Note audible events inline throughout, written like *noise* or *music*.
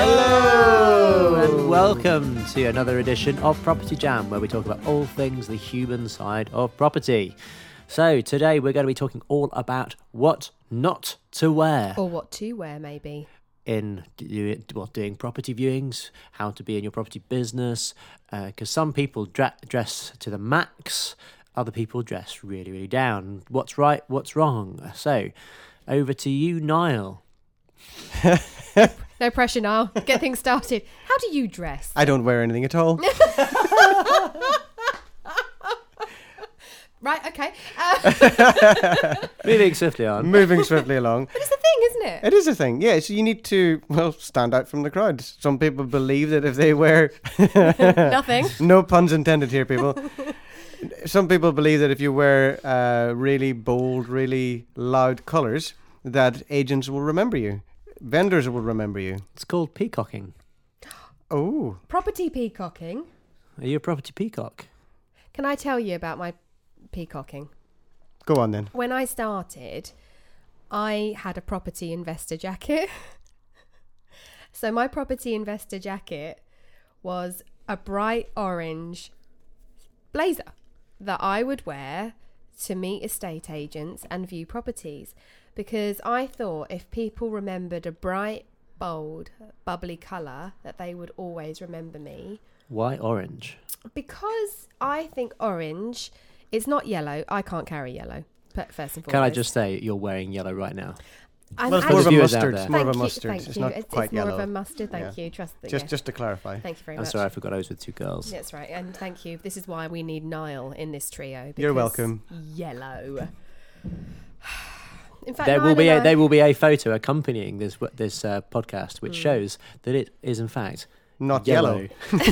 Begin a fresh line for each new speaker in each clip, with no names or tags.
Hello, and welcome to another edition of Property Jam, where we talk about all things the human side of property. So, today we're going to be talking all about what not to wear
Or what to wear, maybe.
in do- well, doing property viewings, how to be in your property business, because some people dra- dress to the max, other people dress really, really down. What's right, what's wrong? So, over to you, Niall.
No pressure now. Get things started. How do you dress?
I don't wear anything at
*laughs*
all.
Right, okay. Uh, *laughs* but
Moving swiftly on.
Moving swiftly along.
it's the thing, isn't it?
It is a thing. Yeah, so you need to, well, stand out from the crowd. Some people believe that if they wear, *laughs*
Nothing.
no puns intended
*laughs*
here, people. Some people believe that if you wear uh, really bold, really loud colours, that agents will remember you. Vendors will remember you.
It's called peacocking.
Oh,
Property peacocking.
Are you a property peacock?
Can I tell you about my peacocking?
go on then.
When I started, I had a property investor jacket. *laughs* so my property investor jacket was a bright orange blazer that I would wear to meet estate agents and view properties because I thought if people remembered a bright, bold, bubbly colour that they would always remember me
Why orange?
because I think orange it's not yellow. I can't carry yellow. But first and foremost,
Can I just say you're wearing yellow right now?
I'm
Well, it's
actually-
more of a
viewers out
mustard.
there.
It's more of
Thank
a
you-
mustard.
thank
It's
you.
not
it's,
quite
it's
yellow.
more of a mustard. Thank
Yeah.
you. Trust the
Just,
yeah.
just to clarify.
Thank you very
I'm
much.
sorry, I forgot I was with two girls.
That's right, and thank you. This is why we need Niall in this trio. because
You're welcome.
Yellow. *sighs* In fact,
There
Niall
will be
and
a,
I-
there will be a photo accompanying this w- this uh, podcast,
Hmm.
which shows that it is in fact
Not
yellow.
yellow.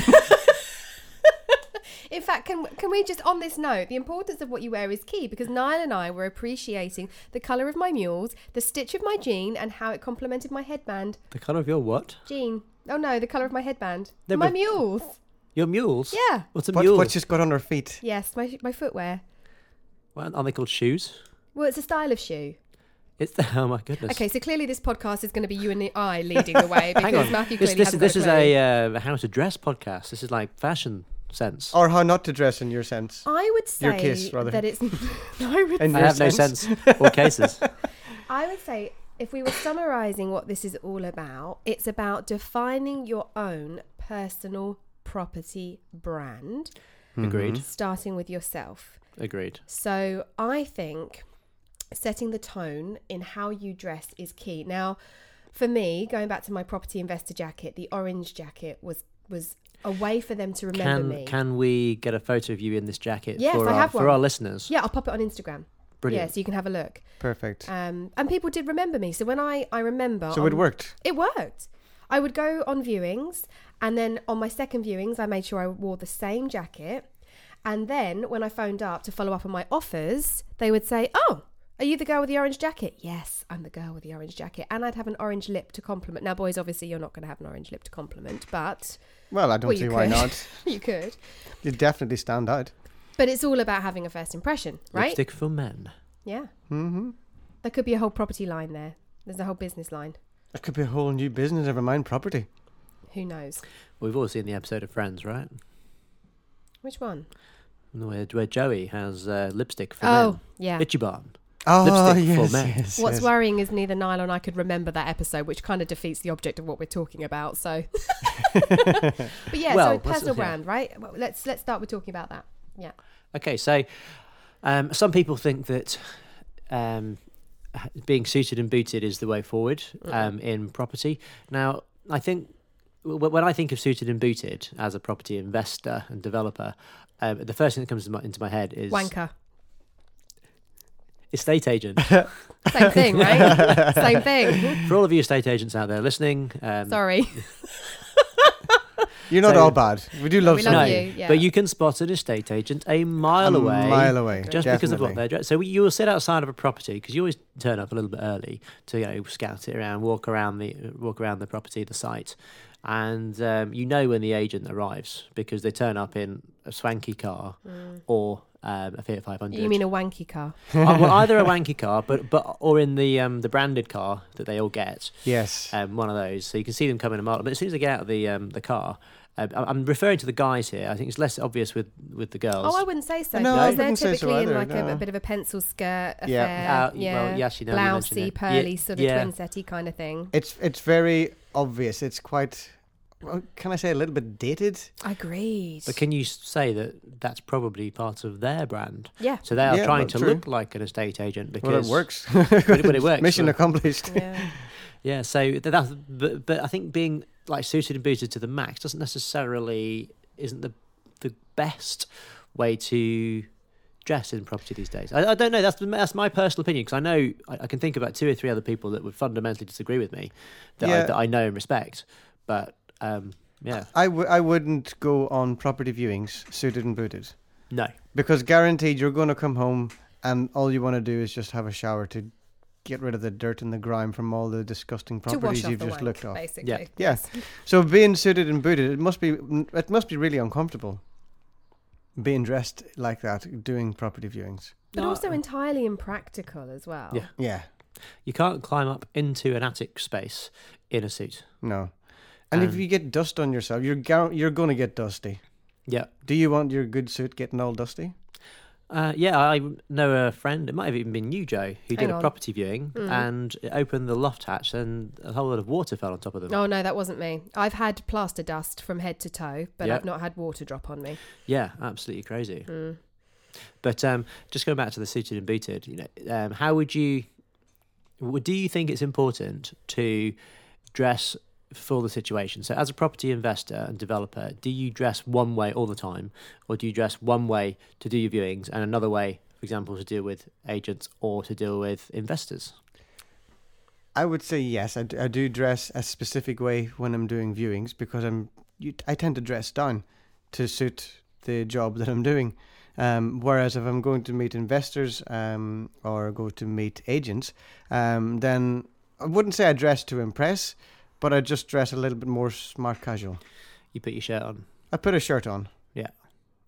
In fact, can can we just on this note, the importance of what you wear is key because Niall and I were appreciating the colour of my mules, the stitch of my jean, and how it complemented my headband.
The colour of your what?
Jean. Oh no, the colour of my headband.
No,
my
but-
mules.
Your mules?
Yeah.
What's a
What,
mule?
what she's got on her feet.
Yes, my my footwear.
Well, aren't they called shoes?
Well, it's a style of shoe.
It's the oh my goodness.
Okay, so clearly this podcast is going to be you and I leading the way
*laughs* Hang
because
on.
Matthew
This
clearly
this,
hasn't
this
got
is
a
a
clue.
uh, how to dress podcast. This is like fashion sense.
Or how not to dress in your sense.
uh,
I would say
Your kiss, rather.
that
*laughs*
it's. *laughs* I would
In
I
your
have no
sense.
sense
*laughs*
or cases.
I would say if we were summarizing what this is all about, it's about defining your own personal property brand,
Hmm.
Agreed.
starting with yourself.
Agreed.
So I think setting the tone in how you dress is key. Now, for me, going back to my property investor jacket, the orange jacket was was a way for them to remember
Can
me.
can we get a photo of you in this jacket
Yes,
for
I
our
have
for
one.
our listeners?
yeah, I'll pop it on Instagram.
Brilliant.
Yeah, so you can have a look.
Perfect.
Um, and people did remember me. So when I I remember,
So it
on-
worked.
It worked. I would go on viewings, and then on my second viewings, I made sure I wore the same jacket. And then when I phoned up to follow up on my offers, they would say, Oh, are you the girl with the orange jacket? Yes, I'm the girl with the orange jacket. And I'd have an orange lip to compliment. Now, boys, obviously, you're not going to have an orange lip to compliment, but *laughs*
Well, I don't
Well, you
see why
could. *laughs*
not.
you could.
You definitely stand out.
But it's all about having a first impression, right?
Lipstick for men.
Yeah. Mm-hmm. There could be a whole property line there. There's a whole business line.
It could be a whole new business, never mind property.
Who knows?
We've all seen the episode of Friends, right?
Which one?
Where, where Joey has uh, lipstick for
oh,
men.
yeah.
Itchy barn.
Oh,
Lipstick for men.
What's worrying is neither Niall and I could remember that episode, which kind of defeats the object of what we're talking about. So, *laughs* but yeah,
Well,
so
that's-
personal
yeah.
brand, right? Well, let's let's start with talking about that. Yeah,
Okay, so um, some people think that um, h- being suited and booted is the way forward
Mm-hmm.
um, in property. Now, I think w- when I think of suited and booted as a property investor and developer, um, the first thing that comes to my, into my head is
wanker,
estate
*laughs*
agent.
same
*laughs*
thing, right? same thing. *laughs*
For all of you estate agents out there listening, um,
Sorry,
You're not
So-
all bad. We do love
we
some
love
of
you. yeah.
But you can spot an estate agent a mile
a
away.
mile away.
Just because of what
definitely.
they're dressed. So you will sit outside of a property because you always turn up a little bit early to you know scout it around, walk around the walk around the property, the site, and um, you know when the agent arrives because they turn up in a swanky car or um, a Fiat 500.
Mm. You mean a wanky car?
Uh,
*laughs*
well, either a wanky car, but but or in the um, the branded car that they all get
Yes.
um, one of those. So you can see them coming a mile. But as soon as they get out of the um, the car, uh, I- I'm referring to the guys here. I think it's less obvious with with the girls.
Oh, I wouldn't say so.
No,
I
because they're
wouldn't say so
typically in
either,
like a,
no.
a bit of a pencil skirt affair.
Yeah.
Uh, well,
yeah.
yeah, actually, now you mention
Blousey,
it.
pearly,
Ye-
sort of
yeah.
twinsetti kind of thing.
It's it's very obvious. It's quite. well, Can I say a little bit dated?
Agreed.
But can you s- say that that's probably part of their brand?
yeah.
So they are
Yeah,
trying
well,
to
true.
look like an estate agent because
well, it works.
But,
*laughs*
but it works.
Mission
well,
accomplished.
*laughs*
*laughs*
yeah.
yeah. So th- that's but, but I think being like suited and booted to the max doesn't necessarily isn't the the best way to dress in property these days. I, I don't know. That's that's my personal opinion because I know I, I can think about two or three other people that would fundamentally disagree with me that I,
Yeah.
that I know and respect. But um, yeah,
I, w- I wouldn't go on property viewings suited and booted
no.
because guaranteed you're going to come home and all you want to do is just have a shower to get rid of the dirt and the grime from all the disgusting
To wash
properties
off
you've
the
just
wank,
looked off.
basically.
Yeah.
Yeah. So being suited and booted, it must be it must be really uncomfortable. Being dressed like that, doing property viewings.
But
No,
also entirely impractical as well.
Yeah.
Yeah.
you can't climb up into an attic space in a suit.
No. And if
Um,
you get dust on yourself, you're gar- you're going to get dusty.
Yeah.
Do you want your good suit getting all dusty?
Uh, yeah, I know a friend. It might have even been you, Joe, who did
Hang
a
on. Mm.
property viewing and it opened the loft hatch, and a whole lot of water fell on top of them.
Oh no, that wasn't me. I've had plaster dust from head to toe, but
Yeah.
I've not had water drop on me.
Yeah, absolutely crazy. But um, just going back to the suited and booted, you know, um, how would you? w- Do you think it's important to dress for the situation? So, as a property investor and developer, do you dress one way all the time, or do you dress one way to do your viewings and another way, for example, to deal with agents or to deal with investors?
I would say yes. I, d- I do dress a specific way when I'm doing viewings because I'm you, I tend to dress down to suit the job that I'm doing. Um, whereas if I'm going to meet investors um, or go to meet agents, um, then I wouldn't say I dress to impress, but I just dress a little bit more smart casual.
You put your shirt on.
I put a shirt on.
Yeah.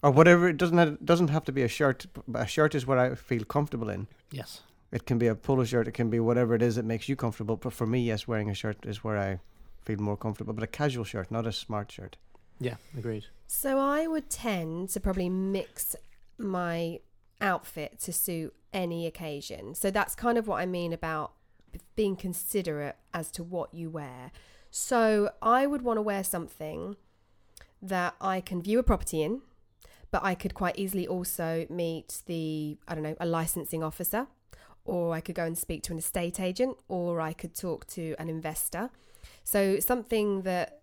Or whatever. It doesn't have, doesn't have to be a shirt. But a shirt is what I feel comfortable in.
Yes.
It can be a polo shirt. It can be whatever it is that makes you comfortable. But for me, yes, wearing a shirt is where I feel more comfortable. But a casual shirt, not a smart shirt.
Yeah, agreed.
So I would tend to probably mix my outfit to suit any occasion. So that's kind of what I mean about b- being considerate as to what you wear. So I would want to wear something that I can view a property in, but I could quite easily also meet the, I don't know, a licensing officer, or I could go and speak to an estate agent, or I could talk to an investor. So something that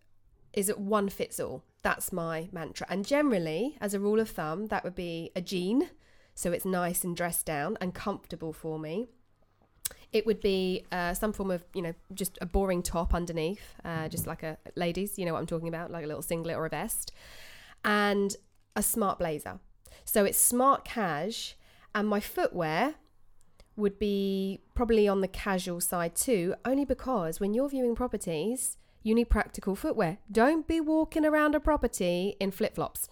is at one fits all. That's my mantra. And generally, as a rule of thumb, that would be a jean. So it's nice and dressed down and comfortable for me. It would be uh, some form of, you know, just a boring top underneath, uh, just like a ladies, you know what I'm talking about, like a little singlet or a vest, and a smart blazer. So it's smart cash, and my footwear would be probably on the casual side too, only because when you're viewing properties, you need practical footwear. Don't be walking around a property in flip flops,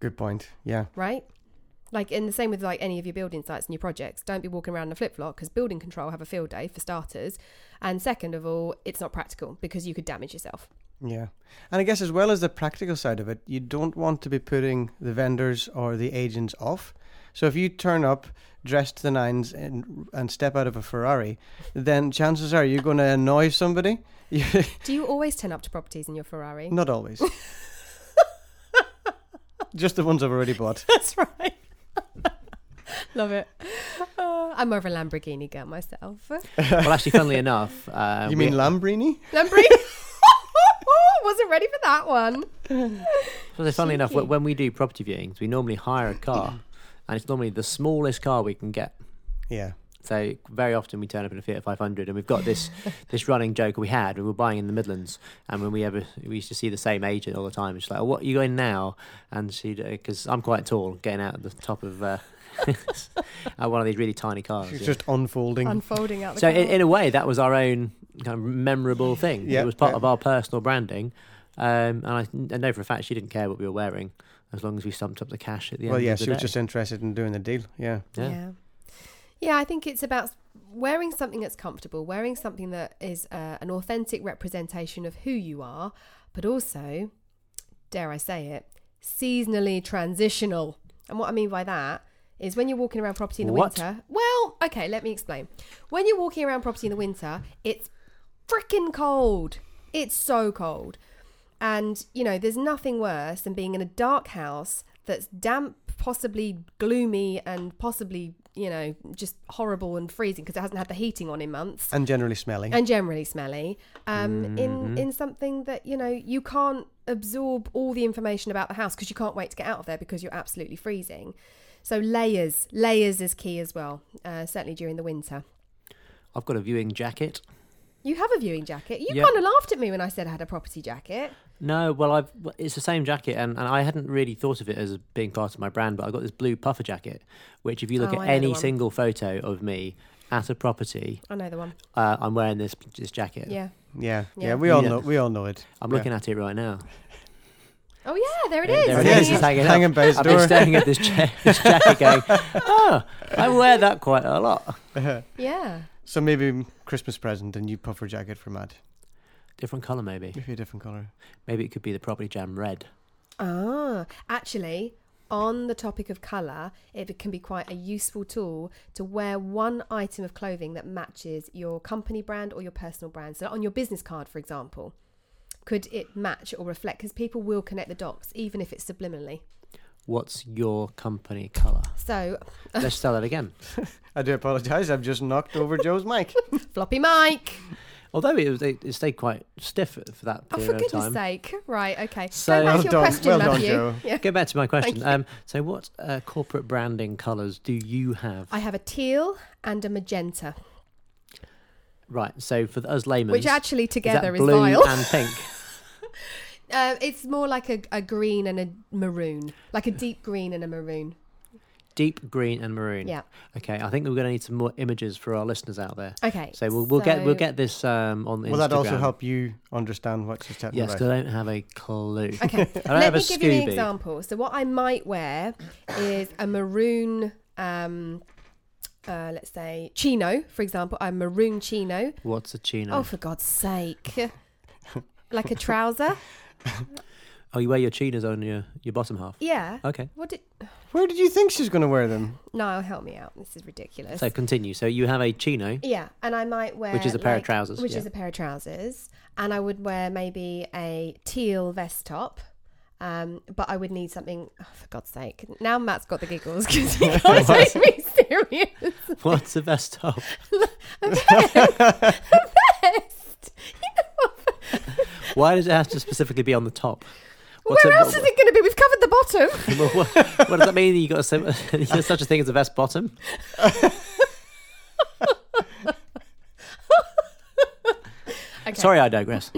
Good point. Yeah.
right? Like, in the same with like any of your building sites and your projects, don't be walking around in a flip flop because building control have a field day for starters. And second of all, it's not practical because you could damage yourself.
Yeah. And I guess as well as the practical side of it, you don't want to be putting the vendors or the agents off. So if you turn up dressed to the nines and and step out of a Ferrari, then chances are you're going to annoy somebody. *laughs* You-
Do you always turn up to properties in your Ferrari? *laughs*
not *laughs* always. Just the ones I've already bought.
That's right. *laughs* Love it. Uh, I'm more of a Lamborghini girl myself.
Well, actually, funnily *laughs* enough, uh,
you
we-
mean Lambrini?
*laughs* Lamborghini. Wasn't ready for that one.
Well, so funnily enough,
Cheeky.
wh- when we do property viewings, we normally hire a car, and it's normally the smallest car we can get
*laughs* Yeah.
So very often we turn up in a Fiat 500, and we've got this this running joke we had. We were buying in the Midlands, and when we ever we used to see the same agent all the time. She's like, oh, "What are you going now?" And she, because I'm quite tall, getting out at the top of uh, *laughs* uh, one of these really tiny cars.
It's
yeah.
just unfolding.
unfolding out the
So in,
car.
in a way, that was our own kind of memorable thing.
Yeah,
it was part
yeah.
of our personal branding, um, and I, I know for a fact she didn't care what we were wearing as long as we stumped up the cash at the
well,
end.
yeah,
of the
she was
day.
just interested in doing the deal. Yeah.
yeah.
yeah. Yeah, I think it's about wearing something that's comfortable, wearing something that is uh, an authentic representation of who you are, but also, dare I say it, seasonally transitional. And what I mean by that is when you're walking around property in the
What?
winter. Well, okay, let me explain. When you're walking around property in the winter, it's freaking cold. It's so cold. And, you know, there's nothing worse than being in a dark house that's damp, possibly gloomy, and possibly, you know, just horrible and freezing because it hasn't had the heating on in months
And generally smelling.
and generally smelly um, in in something that you know you can't absorb all the information about the house because you can't wait to get out of there because you're absolutely freezing so layers layers is key as well uh, certainly during the winter
I've got a viewing jacket.
you have a viewing jacket you
Yeah.
kind of laughed at me when i said i had a property jacket
No, well, I've well, it's the same jacket, and, and I hadn't really thought of it as being part of my brand, but I've got this blue puffer jacket, which if you look
Oh, I
at
know the
any
one.
single photo of me at a property,
i know the one
uh, I'm wearing this this jacket.
yeah
yeah. Yeah.
Yeah.
We all
Yeah.
know. We all know it.
I'm
Yeah.
looking at it right now.
oh yeah there it
Yeah,
is
there
Oh,
it
yes,
is.
it's
It's hanging up.
hanging by his
I've been
door.
staring at this, *laughs* cha- this jacket, going, "Oh, I wear that quite a lot."
yeah
So maybe Christmas present a new puffer jacket for Matt.
Different color, maybe.
Maybe a different color.
Maybe it could be the property jam red.
Ah, actually, on the topic of colour, it can be quite a useful tool to wear one item of clothing that matches your company brand or your personal brand. So, on your business card, for example, could it match or reflect? Because people will connect the dots, even if it's subliminally.
What's your company
*laughs*
color?
So,
Let's tell that again.
I do apologize. I've just knocked over
*laughs*
Joe's mic.
floppy Mike!
Although it, was- it, it stayed quite stiff for that
Oh,
period
for
of
goodness
time.
sake. Right, okay.
So-
So, back
Well
to your
done-
question,
well done,
Matthew.
Joe.
Yeah.
Get back to my question.
you.
Um, so, what uh, corporate branding colours do you have?
I have a teal and a magenta,
right. So, for us laymen,
which actually together
is,
is,
that blue
vile. *laughs*
and pink.
Uh, it's more like a, a green and a maroon, like a deep green and a maroon.
Deep green and maroon.
Yeah.
Okay, I think we're going to need some more images for our listeners out there.
Okay.
So we'll, we'll get we'll
so-
get this um, on.
Will that also
Instagram.
help you understand what she's talking
Yes,
about?
because I don't have a clue. *laughs*
Okay.
I don't
Let
have a
me give you an
Scooby.
example. So what I might wear is a maroon. Um, uh, let's say chino, for example, a maroon chino.
What's a chino?
Oh, for God's sake! *laughs* like
*laughs*
a trouser.
Oh, you wear your chinos on your, your bottom half.
Yeah.
Okay.
What did?
Where did you think she's going to wear them?
No, help me out. This is ridiculous.
So continue. So you have a
*laughs*
chino.
Yeah, and I might wear
is a pair of
like-
trousers,
Which
yeah.
is a pair of trousers, and I would wear maybe a teal vest top. Um, but I would need something. Oh, for God's sake! Now Matt's got the giggles *laughs*
*laughs*
because he can't take me serious.
What's the vest top?
vest.
Why does it have to specifically be on the top?
Where
a-
else is it going to be? We've covered the bottom.
Well, *laughs* what, what does that mean? You got a sim- *laughs* there's such a thing as the vest bottom? *laughs*
Okay.
Sorry, I
*clears throat*
digress.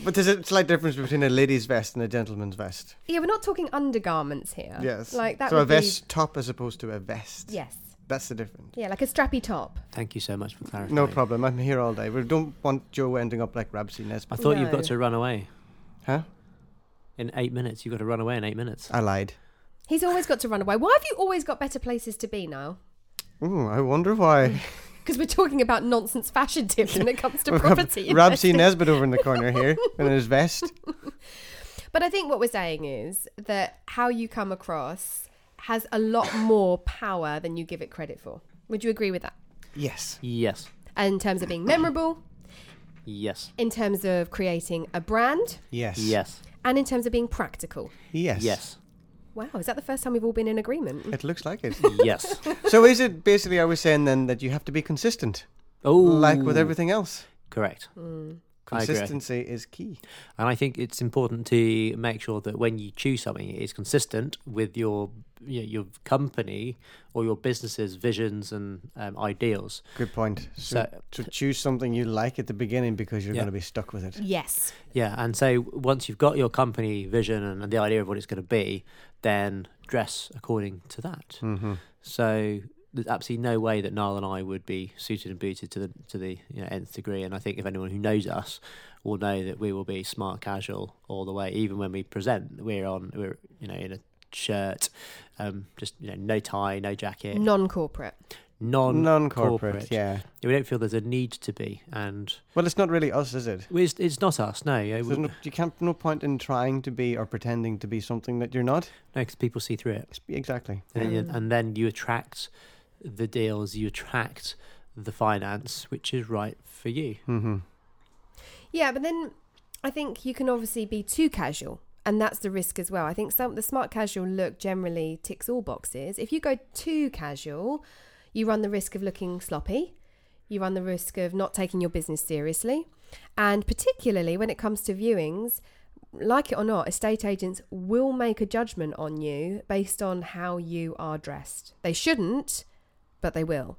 But there's a slight difference between a lady's vest and a gentleman's vest.
Yeah, we're not talking undergarments here.
Yes.
like that.
So
would
a vest top as opposed to a vest.
Be, yes.
That's the difference.
Yeah, like a strappy top.
Thank you so much for clarifying.
No problem. I'm here all day. We don't want Joe ending up like Rabsy
I
Nesbitt.
thought you've got
No.
to run away
Huh?
in eight minutes. You've got to run away in eight minutes.
I lied.
He's always got to run away. Why have you always got better places to be now?
Ooh, I wonder
*laughs*
why. *laughs*
Because we're talking about nonsense fashion tips when it comes to
We've got
property.
Rabsy
investing.
Nesbitt over in the
*laughs*
corner here in his vest.
But I think what we're saying is that how you come across has a lot more power than you give it credit for. Would you agree with that?
Yes.
Yes.
In terms of being memorable,
Yes.
in terms of creating a brand,
Yes.
Yes.
and in terms of being practical.
Yes.
Yes.
Wow, is that the first time we've all been in agreement?
It looks like it.
Yes.
*laughs*
so is it basically, I was saying then that you have to be consistent,
Oh,
like with everything else?
Correct.
Mm.
I agree.
Consistency is key.
And I think it's important to make sure that when you choose something, it is consistent with your you know, your company or your business's visions and um, ideals.
Good point. So, to choose something you like at the beginning because you're
Yeah.
going to be stuck with it.
Yes.
Yeah, and so once you've got your company vision and, and the idea of what it's going to be, then dress according to that.
Mm-hmm.
So there's absolutely no way that Niall and I would be suited and booted to the to the you know, nth degree. And I think if anyone who knows us will know that we will be smart casual all the way, even when we present. We're on we're you know in a shirt, um, just you know no tie, no jacket,
Non corporate.
non.
Non-corporate,
corporate.
yeah.
We don't feel there's a need to be, and
Well, it's not really us, is it?
well, it's, it's not us. No, yeah,
There's
we-
no, you can't. No point in trying to be or pretending to be something that you're not.
no, 'cause people see through it.
It's- Exactly.
and, then you,
Mm.
and then you attract the deals, you attract the finance, which is right for you.
Hmm.
Mm-hmm.
Yeah, but then I think you can obviously be too casual, and that's the risk as well. I think some the smart casual look generally ticks all boxes. If you go too casual, you run the risk of looking sloppy. You run the risk of not taking your business seriously, and particularly when it comes to viewings, like it or not, estate agents will make a judgment on you based on how you are dressed. They shouldn't, but they will.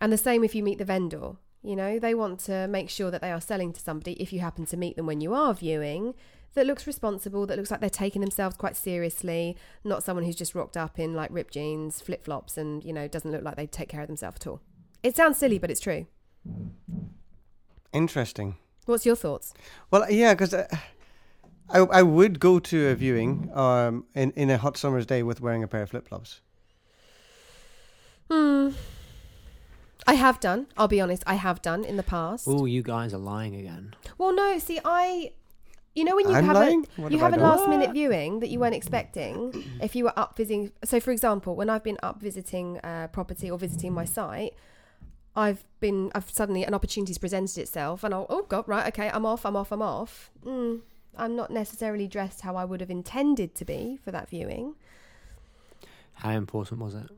And the same if you meet the vendor. You know, they want to make sure that they are selling to somebody, if you happen to meet them when you are viewing, that looks responsible, that looks like they're taking themselves quite seriously, not someone who's just rocked up in like ripped jeans, flip flops, and, you know, doesn't look like they take care of themselves at all. It sounds silly, but it's true.
Interesting.
What's your thoughts?
Well, yeah, because I, I I would go to a viewing um in in a hot summer's day with wearing a pair of flip flops.
Hmm. I have done. I'll be honest. I have done in the past.
Oh, you guys are lying again.
Well, no. See, I, you know, when you
I'm
have
lying?
a
What
you
have
have a
I done?
last minute viewing that you weren't expecting, if you were up visiting. So, for example, when I've been up visiting uh, property or visiting my site, I've been I've suddenly an opportunity's presented itself, and I'll oh god right okay I'm off I'm off I'm off. Mm, I'm not necessarily dressed how I would have intended to be for that viewing.
How important was it?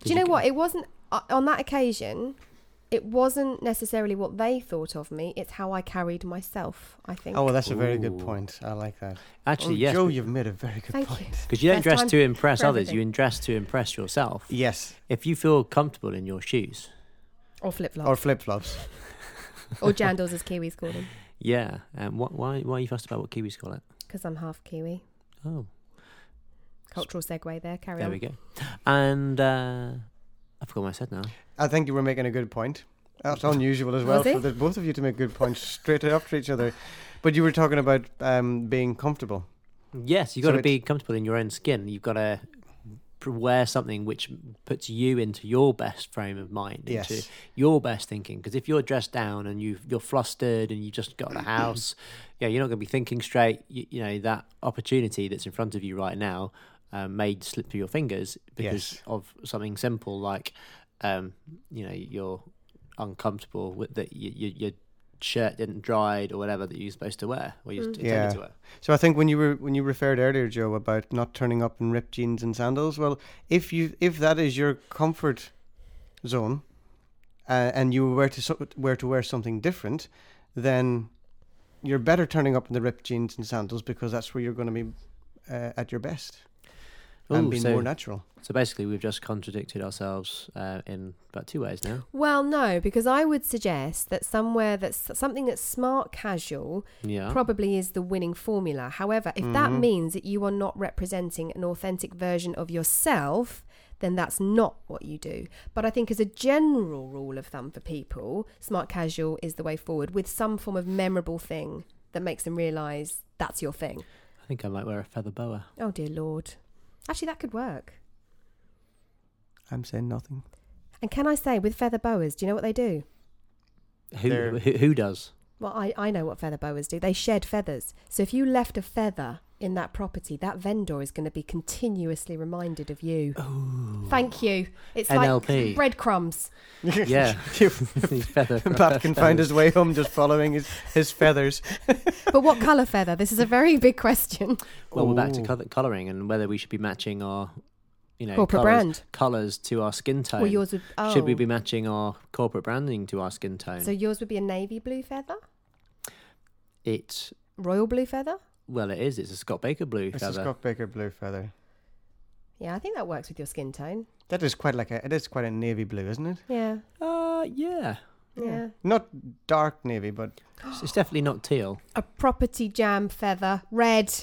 Did
Do you know
g-
what? It wasn't uh, on that occasion. It wasn't necessarily what they thought of me. It's how I carried myself. I think.
Oh, well, that's a very good
Ooh.
point. I like that.
Actually,
Oh,
yes,
Joe, you've made a very good
Thank you.
point.
because you don't
First
dress
time
to impress
for
others.
everything.
You dress to impress yourself.
Yes,
If you feel comfortable in your shoes,
Or flip flops.
or flip flops.
*laughs*
or jandals as Kiwis call them,
yeah. Um, what, why? Why are you fussed about what Kiwis call it?
because I'm half Kiwi.
Oh,
Cultural segue there. Carry
there
on.
we go. And uh, I forgot what I said now.
I think you were making a good point. That's unusual as well
Was he?
for the both of you to make good points straight after each other. But you were talking about um, being comfortable.
Yes, you've
So
got to
it's-
be comfortable in your own skin. You've got to wear something which puts you into your best frame of mind,
Yes.
into your best thinking. Because if you're dressed down and you've, you're flustered and you just
*clears throat*
got out of the house, yeah, you're not going to be thinking straight. You, you know that opportunity that's in front of you right now um, may slip through your fingers because
Yes.
of something simple like, um, you know, you're uncomfortable with that you, you, your shirt didn't dry or whatever that you're supposed to wear or you're intended
Mm. Yeah.
to wear.
So I think when you were when you referred earlier, Joe, about not turning up in ripped jeans and sandals, well, if you if that is your comfort zone, uh, and you were to so- were to wear something different, then you're better turning up in the ripped jeans and sandals because that's where you're going to be uh, at your best and
Ooh,
being
so-
more natural.
So basically, we've just contradicted ourselves uh, in about two ways now.
Well, no, because I would suggest that somewhere that's something that's smart casual
Yeah.
probably is the winning formula. However, if that
Mm-hmm.
means that you are not representing an authentic version of yourself, then that's not what you do. But I think, as a general rule of thumb for people, smart casual is the way forward with some form of memorable thing that makes them realize that's your thing.
I think I might wear a feather boa.
Oh, dear Lord. Actually, that could work.
I'm saying *laughs* nothing.
And can I say, with feather boas, do you know what they do?
Who,
There-
who who does?
Well, I, I know what feather boas do. They shed feathers. So if you left a feather in that property, that vendor is going to be continuously reminded of you. Thank you. It's
NLP.
like breadcrumbs.
Yeah. *laughs* These feather.
*laughs* Pat can find his way home just following his, his feathers.
But what colour feather? This is a very
*laughs*
big question.
Well, we're back to
Ooh.
colour- colouring and whether we should be matching our, you know,
Corporate
colours,
brand.
colours to our skin tone.
Well, yours would. Oh.
Should we be matching our corporate branding to our skin tone?
So yours would be a navy blue feather,
it
royal blue feather.
well, it is. It's a Scott Baker blue
It's a
feather.
Scott Baker blue feather.
Yeah, I think that works with your skin tone.
That is quite like a. It is quite a navy blue, isn't it?
Yeah.
Uh, yeah.
Yeah.
Not dark navy, but
It's, it's definitely not teal.
A property jam feather. Red.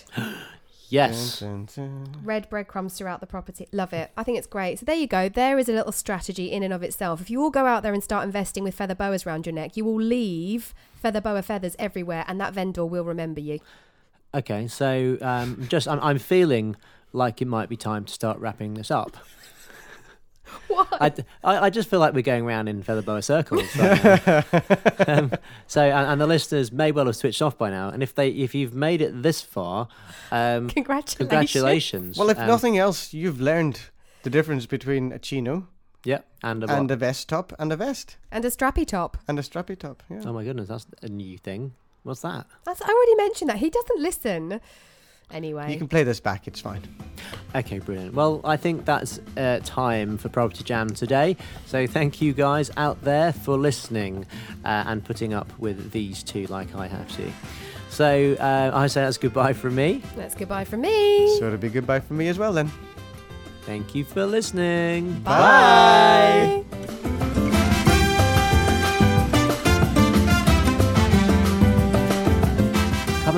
Yes.
Dun, dun, dun.
Red breadcrumbs throughout the property. Love it. I think it's great. So there you go. There is a little strategy in and of itself. If you all go out there and start investing with feather boas around your neck, you will leave feather boa feathers everywhere, and that vendor will remember you. *laughs*
Okay, so um, just I'm, I'm feeling like it might be time to start wrapping this
*laughs*
up.
What?
I, I, I just feel like we're going round in feather boa
*laughs*
circles. right now. um, so, and, and the listeners may well have switched off by now. And if they, if you've made it this far, um,
Congratulations.
congratulations.
Well, if
Um,
nothing else, you've learned the difference between a chino
yeah, and a
and
what?
a vest top and a vest
And a strappy top.
and a strappy top. Yeah.
oh my goodness, that's a new thing. What's that?
That's I already mentioned that. He doesn't listen. Anyway.
You can play this back. It's fine.
Okay, brilliant. Well, I think that's uh, time for Property Jam today. So, thank you guys out there for listening uh, and putting up with these two, like I have to. So, uh, I say that's goodbye from me.
That's goodbye from me.
So it'll be goodbye for me as well then.
Thank you for listening.
Bye.
Come